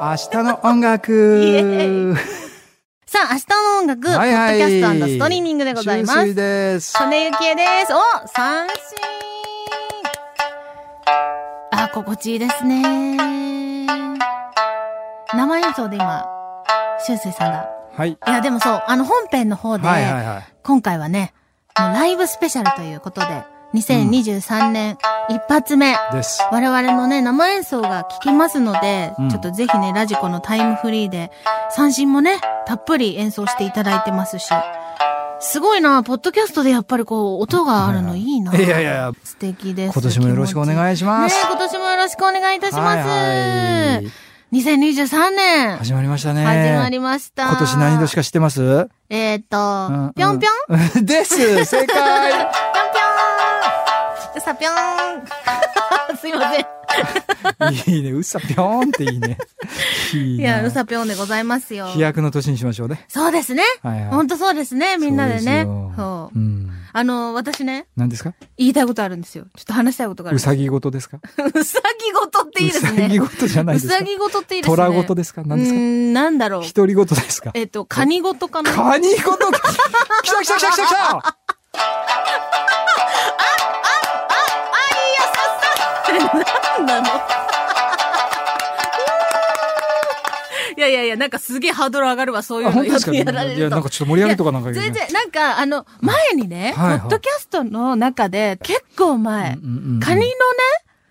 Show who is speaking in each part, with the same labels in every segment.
Speaker 1: 明日の音
Speaker 2: イエ
Speaker 1: 楽
Speaker 2: さあ、明日の音楽、
Speaker 1: はいはい
Speaker 2: ポッドキャストストリーミングでございます
Speaker 1: 春水。です。
Speaker 2: 曽根ゆきえです。お三振あ、心地いいですね。生演奏で今、しゅうせいさんが。
Speaker 1: はい。
Speaker 2: いや、でもそう、あの本編の方で、
Speaker 1: はいはいはい。
Speaker 2: 今回はね、もうライブスペシャルということで、2023年一発目、
Speaker 1: です。
Speaker 2: 我々のね、生演奏が聴けますので、
Speaker 1: うん
Speaker 2: ちょっとぜひね、ラジコのタイムフリーで、三振もね、たっぷり演奏していただいてますし。すごいな、ポッドキャストでやっぱりこう、音があるのいいな。
Speaker 1: いやいやいや
Speaker 2: 素敵です。
Speaker 1: 今年もよろしくお願いし
Speaker 2: 気持
Speaker 1: ま
Speaker 2: ち
Speaker 1: す。
Speaker 2: ねえ今年もよろしくお願いいたします。
Speaker 1: はいはい
Speaker 2: 2023年、
Speaker 1: 始まりましたね。
Speaker 2: 始まりました。
Speaker 1: 今年何年か知ってます
Speaker 2: えーっ
Speaker 1: うんうん
Speaker 2: と、ぴょんぴょん
Speaker 1: です正解
Speaker 2: ぴょんぴょんうさぴょ んすいません。
Speaker 1: いいね、うさぴょんっていいね。いい
Speaker 2: い
Speaker 1: な
Speaker 2: や、うさぴょんでございますよ。
Speaker 1: 飛躍の年にしましょうね。
Speaker 2: そうですね。
Speaker 1: はいはい
Speaker 2: ほんとそうですね、みんなでね。
Speaker 1: そ
Speaker 2: そう
Speaker 1: ですよう
Speaker 2: う。
Speaker 1: ん。
Speaker 2: あの、私ね、
Speaker 1: 何ですか
Speaker 2: 言いたいことあるんですよ。ちょっと話したいことがある
Speaker 1: う。さぎごとですか
Speaker 2: うさぎごとっていいです
Speaker 1: うさぎ
Speaker 2: ね。
Speaker 1: ごとじゃないですか
Speaker 2: うさぎごとっていいですね。
Speaker 1: 虎ごと
Speaker 2: で
Speaker 1: ですか何ですか
Speaker 2: うーん、なんだろう。
Speaker 1: 独り言ですか
Speaker 2: えっと、カニごとかな。
Speaker 1: カニごと来た来た来た来た来た
Speaker 2: なんなのいやいやいや、なんかすげえハードル上がるわ、そういう
Speaker 1: あ
Speaker 2: の
Speaker 1: 本当ですか
Speaker 2: やられる
Speaker 1: い
Speaker 2: と。
Speaker 1: や、なんかちょっと盛り上げとかなんか
Speaker 2: い
Speaker 1: 言
Speaker 2: や
Speaker 1: うね
Speaker 2: 全然、なんか、あの、前にね、
Speaker 1: はいはい
Speaker 2: ポッドキャストの中で、結構前、
Speaker 1: うんうんうん
Speaker 2: カニのね、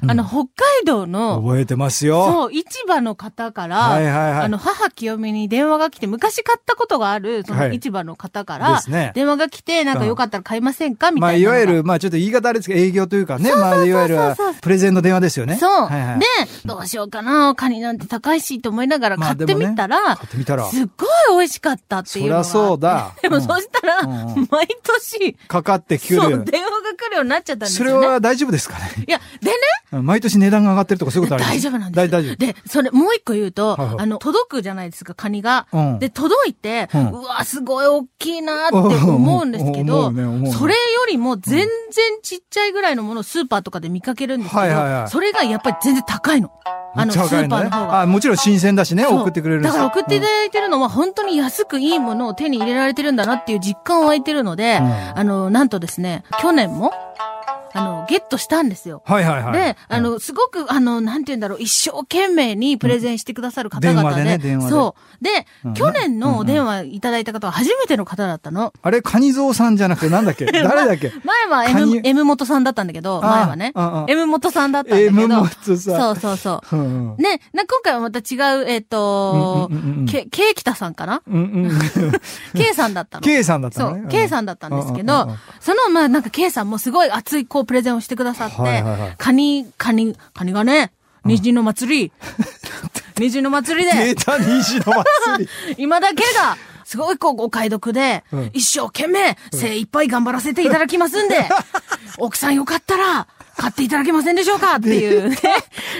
Speaker 2: あの、北海道の、
Speaker 1: 覚えてますよ。
Speaker 2: そう、市場の方から、
Speaker 1: はいはいはい
Speaker 2: あの、母清美に電話が来て、昔買ったことがある、そ
Speaker 1: は
Speaker 2: の
Speaker 1: い
Speaker 2: 市場の方か
Speaker 1: で
Speaker 2: ら
Speaker 1: すね、
Speaker 2: 電話が来て、なんかよかったら買いませんかみ
Speaker 1: まあ、
Speaker 2: たい
Speaker 1: い
Speaker 2: なの
Speaker 1: わ
Speaker 2: が。
Speaker 1: ゆる、まあ、ちょっと言い方あれですけど、営業というかね、まあ、いわゆる
Speaker 2: そう、
Speaker 1: プレゼンの電話ですよね。
Speaker 2: そう。
Speaker 1: はいはい
Speaker 2: で、どうしようかな、カニなんて高いしと思いながら
Speaker 1: ま
Speaker 2: 買
Speaker 1: あ
Speaker 2: ってみたら、
Speaker 1: でもね買ってみたら
Speaker 2: すっごい美味しかったっていうのがあって
Speaker 1: そりゃそうだ
Speaker 2: でも、
Speaker 1: うん
Speaker 2: そしたら、
Speaker 1: うんうん
Speaker 2: 毎年、
Speaker 1: かかってくる
Speaker 2: そ
Speaker 1: よ
Speaker 2: う、
Speaker 1: う
Speaker 2: 電
Speaker 1: に
Speaker 2: 話が来るようになっちゃったんです
Speaker 1: そ
Speaker 2: よ、ね。
Speaker 1: れは大丈夫ですかね
Speaker 2: いや、でね、
Speaker 1: うん毎年値段が上がってるとかそういうことあります
Speaker 2: 大丈夫なんですよ。
Speaker 1: 大大丈夫。
Speaker 2: で、それ、もう一個言うと、
Speaker 1: はいはい
Speaker 2: あの、届くじゃないですか、カニが。
Speaker 1: うん
Speaker 2: で、届いて、
Speaker 1: う
Speaker 2: うんわ、すごい大きいなーって思うんですけど、
Speaker 1: うんうんうん 思うね思うね
Speaker 2: それよりも全然ちっちゃいぐらいのものをスーパーとかで見かけるんですけど、
Speaker 1: はいはいはい
Speaker 2: それがやっぱり全然高いの。あの、
Speaker 1: め
Speaker 2: ス
Speaker 1: っちゃ高い
Speaker 2: ーパー
Speaker 1: ね
Speaker 2: の方が。
Speaker 1: あ、もちろん新鮮だしね、
Speaker 2: そう
Speaker 1: 送ってくれるんで
Speaker 2: だ
Speaker 1: す
Speaker 2: か
Speaker 1: よ
Speaker 2: ら送っていただいてるのは本当に安くいいものを手に入れられてるんだなっていう実感を湧いてるので、
Speaker 1: うん
Speaker 2: あの、なんとですね、去年も、あの、ゲットしたんですよ。
Speaker 1: はいはいはい。
Speaker 2: で、あの、すごく、あの、なんて言うんだろう、一生懸命にプレゼンしてくださる方
Speaker 1: 電
Speaker 2: 々
Speaker 1: 話
Speaker 2: で。
Speaker 1: でね電話で
Speaker 2: そう。で、
Speaker 1: うん
Speaker 2: 去年のお電話いただいた方は初めての方だったの。
Speaker 1: あれ、カニゾウさんじゃなくて、なんだ っけ誰だっけ
Speaker 2: 前は
Speaker 1: カ
Speaker 2: M
Speaker 1: ニ、
Speaker 2: M 元さんだったんだけど、
Speaker 1: あ
Speaker 2: 前はね
Speaker 1: ああ。
Speaker 2: M 元さんだったんだけど。
Speaker 1: M 元さん
Speaker 2: そうそうそう。
Speaker 1: うんうん
Speaker 2: ね、な、今回はまた違う、えっ、と、
Speaker 1: うんうんうんうん
Speaker 2: け、ケイキタさんかな
Speaker 1: うんうん。
Speaker 2: ケイさんだったの。
Speaker 1: K さんだった
Speaker 2: そ
Speaker 1: のね。
Speaker 2: う、K さ
Speaker 1: ん。
Speaker 2: んだったんですけ
Speaker 1: うんうん
Speaker 2: ど
Speaker 1: うんうん、
Speaker 2: その、まあ、なんか K さんもすごい熱い、こう、プレゼンをしてくださって、
Speaker 1: はいはいはい
Speaker 2: カニ、カニ、カニがね、虹の祭 り、虹の祭りで、
Speaker 1: データ虹の祭り。
Speaker 2: 今だけが、すごいこう、お買い得で、
Speaker 1: うん
Speaker 2: 一生懸命、精一杯頑張らせていただきますん で、奥さんよかったら、買っていただけませんでしょうかっていうね。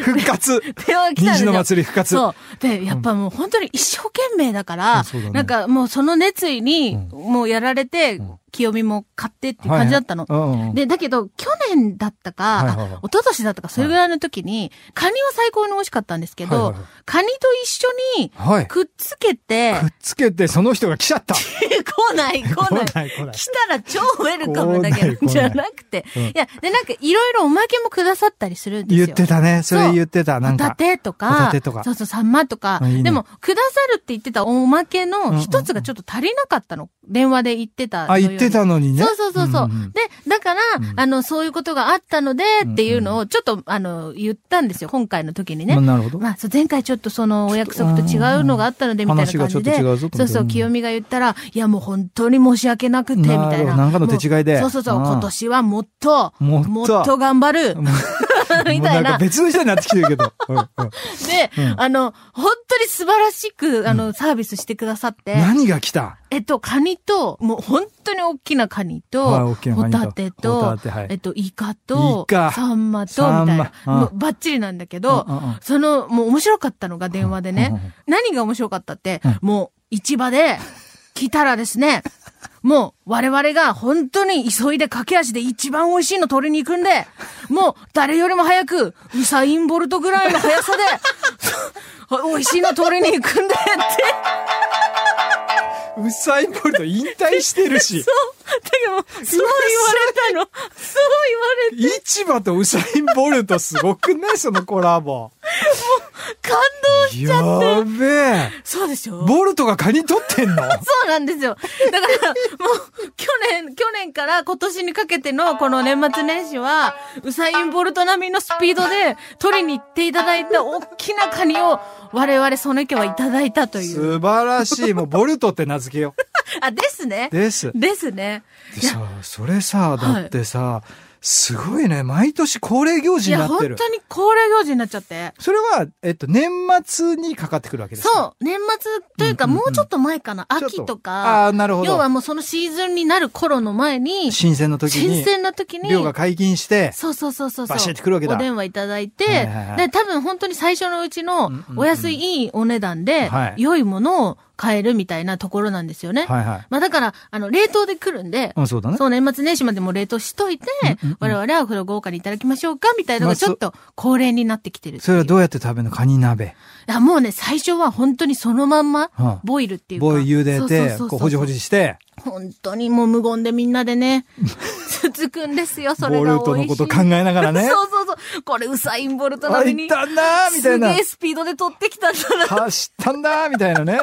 Speaker 1: 復活。
Speaker 2: 電話来たんですよ
Speaker 1: 虹の祭り復活
Speaker 2: そう。で、やっぱもう本当に一生懸命だから、
Speaker 1: そうだね
Speaker 2: なんかもうその熱意に、もうやられて、清美も買ってっていう感じだったの。
Speaker 1: はいはいうんうん
Speaker 2: で、だけど、去年だったか、
Speaker 1: はいはいはい
Speaker 2: あ一昨年だったか、それぐらいの時に、カニは最高に美味しかったんですけど、
Speaker 1: はいはいはい
Speaker 2: カニと一緒に、
Speaker 1: はい。く
Speaker 2: くっつけて、
Speaker 1: っつけて、その人が来ちゃった。
Speaker 2: 来ない、来ない。
Speaker 1: 来ない来ない
Speaker 2: 来たら超ウェルカムだけ
Speaker 1: 来ない来な
Speaker 2: ど、
Speaker 1: い
Speaker 2: じゃなくて。
Speaker 1: うん
Speaker 2: いや、で、なんかいろいろおまけもくださったりするんですよ。
Speaker 1: 言ってたね。それ言ってた。なん
Speaker 2: ホタ
Speaker 1: か。
Speaker 2: テとか、
Speaker 1: ホタテとか
Speaker 2: そうそう、サンマとか、
Speaker 1: あいいね
Speaker 2: でも、くださるって言ってたおまけの一つがちょっと足りなかったの。電話で言ってたの
Speaker 1: あ、
Speaker 2: より。
Speaker 1: 言ってたのにね。
Speaker 2: そうそうそうそう、
Speaker 1: んん
Speaker 2: で、だから、
Speaker 1: うん
Speaker 2: あの、そういうことがあったので、っていうのを、ちょっと、あの、言ったんですよ、今回の時にね。
Speaker 1: まあなるほど。
Speaker 2: まあ、そう、前回ちょっとそのお約束と違うのがあったので、みたいな感じで。
Speaker 1: 話がちょっと違うぞと
Speaker 2: そうそう、清美が言ったら、いや、もう本当に申し訳なくて、みた
Speaker 1: なる
Speaker 2: い
Speaker 1: ほど
Speaker 2: な。
Speaker 1: なんかの手違いで
Speaker 2: もうそうそうそう、
Speaker 1: うん
Speaker 2: 今年はもっと、
Speaker 1: もっと
Speaker 2: 頑張る、 みた
Speaker 1: もうないんか
Speaker 2: な。
Speaker 1: 別の人になってきてるけど。うんうん
Speaker 2: で、あの、本当に素晴らしく、あの、サービスしてくださって、
Speaker 1: 何が来た
Speaker 2: えっと、カニと、もう本当に大きなカニと、
Speaker 1: はい大きなカ
Speaker 2: ホ
Speaker 1: ニと
Speaker 2: タテ
Speaker 1: ホ
Speaker 2: と
Speaker 1: タテはい
Speaker 2: えっと、イカと、
Speaker 1: イカ
Speaker 2: サンマと、み
Speaker 1: サンマ
Speaker 2: たいな。
Speaker 1: うん
Speaker 2: もうバッチリなんだけど、
Speaker 1: うんうんうん
Speaker 2: その、もう面白かったのが電話でね、
Speaker 1: うんうんうん
Speaker 2: 何が面白かったって、もう市場で来たらです ね、もう我々が本当に急いで駆け足で一番美味しいの取りに行くんで、もう誰よりも早くウサインボルトぐらいの速さで、 美味しいの取りに行くんだよって。
Speaker 1: ウッサイン・ボルト引退して るし
Speaker 2: そ、う。だけ ど、そう言われたの。そう言われ
Speaker 1: 市場とウサイン・ボルトすごくないそのコラ ボ。
Speaker 2: た。感動し
Speaker 1: やべえ。
Speaker 2: そうでしょ
Speaker 1: ボルトがカニ取ってんの
Speaker 2: そうなんですよ。だから、もう、去年、去年から今年にかけてのこの年末年始は、ウサイン・ボルト並みのスピードで取りに行っていただいた大きなカニを、我々その家はいただいたという。
Speaker 1: 素晴らしい。もうボルトって名付けよ
Speaker 2: あ、ですね
Speaker 1: う。。です。
Speaker 2: ですね。
Speaker 1: で
Speaker 2: いや
Speaker 1: さ、それさ、だってさ、すごいね。毎年恒例行
Speaker 2: い
Speaker 1: 事に
Speaker 2: や、
Speaker 1: なって
Speaker 2: 本
Speaker 1: る。
Speaker 2: 当に恒例行事になっちゃって。
Speaker 1: それは、えっと、年末にかかってくるわけですか
Speaker 2: そう、年末というか、
Speaker 1: うんうんうん
Speaker 2: もうちょっと前かな。
Speaker 1: ちょっと
Speaker 2: 秋と
Speaker 1: あ
Speaker 2: か。
Speaker 1: あ、なるほ
Speaker 2: 要
Speaker 1: ど
Speaker 2: は。もうそのシーズンになる頃の前に、
Speaker 1: 新鮮な時
Speaker 2: 新
Speaker 1: に、
Speaker 2: 鮮な時に、
Speaker 1: 漁が解禁して、
Speaker 2: そうそうそうそうそう。
Speaker 1: バシッてくるわけだ
Speaker 2: お電話いただいて、
Speaker 1: はいはいはい
Speaker 2: で、多分本当に最初のうち
Speaker 1: う
Speaker 2: の
Speaker 1: んうんうん
Speaker 2: お安いいいお値段で、
Speaker 1: はい
Speaker 2: 良いものを買えるみたいなところなんですよね。
Speaker 1: はいはい。
Speaker 2: まあだから、あの、冷凍で来るんで、
Speaker 1: うん、そうだね。
Speaker 2: そう年末年始までも冷凍しといて、
Speaker 1: うんうん
Speaker 2: 我々はこれを豪華にいただきましょうか、みたいなの
Speaker 1: ま
Speaker 2: が
Speaker 1: あ
Speaker 2: ちょっと恒例になってきてるっていう
Speaker 1: それはどうやって食べるのカニ鍋。
Speaker 2: いや、もうね、最初は本当にそのまんま、
Speaker 1: はあ
Speaker 2: ボイルっていうか。
Speaker 1: ボイル茹でて、
Speaker 2: そうそうそうそう
Speaker 1: こう、ほじほじして、
Speaker 2: 本当にもう無言でみんなで ね、続くんですよ、それが
Speaker 1: ボ
Speaker 2: 美
Speaker 1: ル
Speaker 2: 味しい。
Speaker 1: トのこと考えながら ね。
Speaker 2: そうそうそう。これ、ウサインボルト
Speaker 1: あ、
Speaker 2: 並み
Speaker 1: 行っ
Speaker 2: に。
Speaker 1: たんだーみたいな
Speaker 2: すげえ。スピードで取ってきたんだな。
Speaker 1: 走ったんだーみたいなね。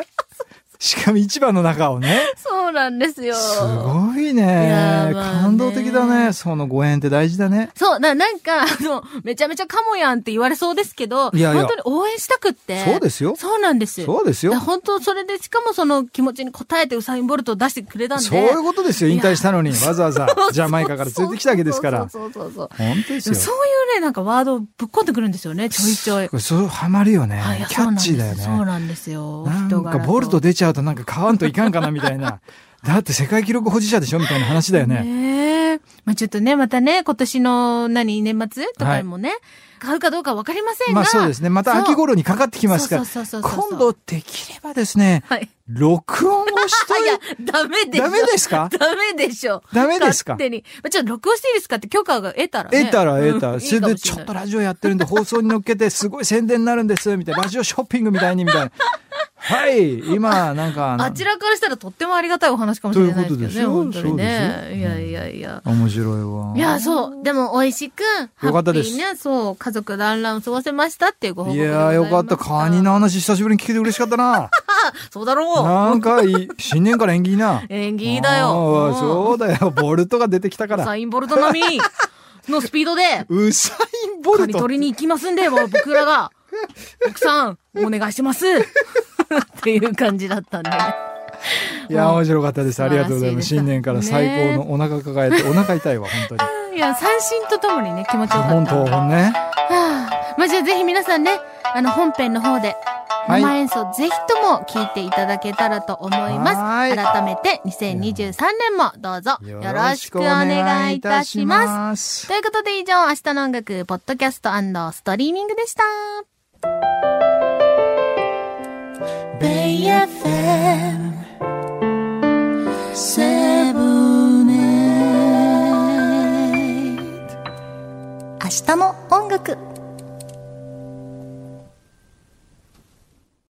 Speaker 1: しかも市場の中をね。
Speaker 2: そうなんですよ。
Speaker 1: すごい
Speaker 2: いや
Speaker 1: ね
Speaker 2: ーまあね
Speaker 1: 感動的だね。そのご縁って大事だね。
Speaker 2: そう、な、なんか、あの、めちゃめちゃカモやんって言われそうですけど、
Speaker 1: いやいや
Speaker 2: 本当に応援したくって。
Speaker 1: そうですよ
Speaker 2: そうなんです。
Speaker 1: そうですよ
Speaker 2: だから。本当、それで、しかもその気持ちに応えてウサインボルトを出してくれたんで。
Speaker 1: そういうことですよ。
Speaker 2: い
Speaker 1: 引
Speaker 2: や
Speaker 1: 退したのに、わざわざ
Speaker 2: そう
Speaker 1: ジャマイカから連れてきたわけですから。
Speaker 2: そうそうそうそうそう
Speaker 1: 本当で
Speaker 2: そ
Speaker 1: す
Speaker 2: う。
Speaker 1: よ。
Speaker 2: そういうね、なんかワードをぶっ込んでくるんですよね、ちょいちょい。
Speaker 1: これそう、ハマるよね
Speaker 2: あいや。
Speaker 1: キャッチーだよ
Speaker 2: そう
Speaker 1: ね。
Speaker 2: なんですよ。そう
Speaker 1: なん
Speaker 2: 人柄
Speaker 1: か
Speaker 2: と
Speaker 1: ボルト出ちゃうとなんか買わんといかんかなみ たいな。だって世界記録保持者でしょみたいな話だよね。
Speaker 2: ねえ。まあちょっとね、またね、今年の何、年末とかにもね、買うかどうかわかりませんが。
Speaker 1: まあそうですね。また秋頃にかかってき
Speaker 2: き
Speaker 1: ますから。
Speaker 2: そうそうそうそうそう。
Speaker 1: 今度できればですね、
Speaker 2: はい。
Speaker 1: 録音をし
Speaker 2: あ、いや
Speaker 1: と、
Speaker 2: ダメでし
Speaker 1: い、
Speaker 2: ょ。
Speaker 1: ダメですか
Speaker 2: ダメでしょ。
Speaker 1: ダメですか
Speaker 2: 勝手に。まあちょっと録音していいですかって許可が得たらね。
Speaker 1: 得たら得た
Speaker 2: うん
Speaker 1: ら。それでちょっと。ラジオやってるんで放送に乗っけてすごい宣伝になるんです、みたいな。ラジオショッピングみたいに、みたいな。はい、今、なんか
Speaker 2: いいかもし
Speaker 1: あの
Speaker 2: れないあちらからしたらとってもありがたいお話かもしれないですけど
Speaker 1: と
Speaker 2: ね、
Speaker 1: いうこと
Speaker 2: 本
Speaker 1: で
Speaker 2: 当
Speaker 1: すよ
Speaker 2: に
Speaker 1: そうです
Speaker 2: ね。
Speaker 1: よ
Speaker 2: いやいやいや。
Speaker 1: 面白いわ。
Speaker 2: いや、そう。でも、美味しく、
Speaker 1: よかったです
Speaker 2: ハッピーね、そう、家族団らんを過ごせましたっていうご報
Speaker 1: い
Speaker 2: 告でござい
Speaker 1: や
Speaker 2: ま
Speaker 1: ー
Speaker 2: す
Speaker 1: よかった。カニの。話久しぶりに聞けて嬉しかったな。
Speaker 2: そうだろう。
Speaker 1: なんかいい。新年から縁起いいな。
Speaker 2: 縁起だ
Speaker 1: あ
Speaker 2: よ。
Speaker 1: ーそうだよ。ボルトが出てきたか
Speaker 2: ウサ
Speaker 1: ら。
Speaker 2: インボルト並 みのスピードで、
Speaker 1: ウサインボ
Speaker 2: カ
Speaker 1: ル
Speaker 2: ニ
Speaker 1: ト。
Speaker 2: 取りに行きますんで、もう僕らが、奥さん、お願いします。っていう感じだったんで。
Speaker 1: いやー、面白かったです。ありがとうございま
Speaker 2: 素
Speaker 1: す。
Speaker 2: 晴らしいです
Speaker 1: 新年から最高のお腹抱えて、お腹痛いわ、本当に。
Speaker 2: いや、三振とともにね、気持 ちよか
Speaker 1: 本
Speaker 2: った。
Speaker 1: 当、
Speaker 2: は
Speaker 1: 本ね。
Speaker 2: あ、まあ、じゃあぜひ皆さんね、あの、本編の方で、
Speaker 1: はい
Speaker 2: 生演奏ぜひとも聞いていただけたらと思い
Speaker 1: は
Speaker 2: ま
Speaker 1: ー
Speaker 2: す。
Speaker 1: い
Speaker 2: 改めて、2023年もどうぞよろしくお願いいたします。
Speaker 1: す
Speaker 2: と。いうことで以上、明日の音楽、ポッドキャストストリーミングでした。
Speaker 1: BFM
Speaker 2: 明日も音楽。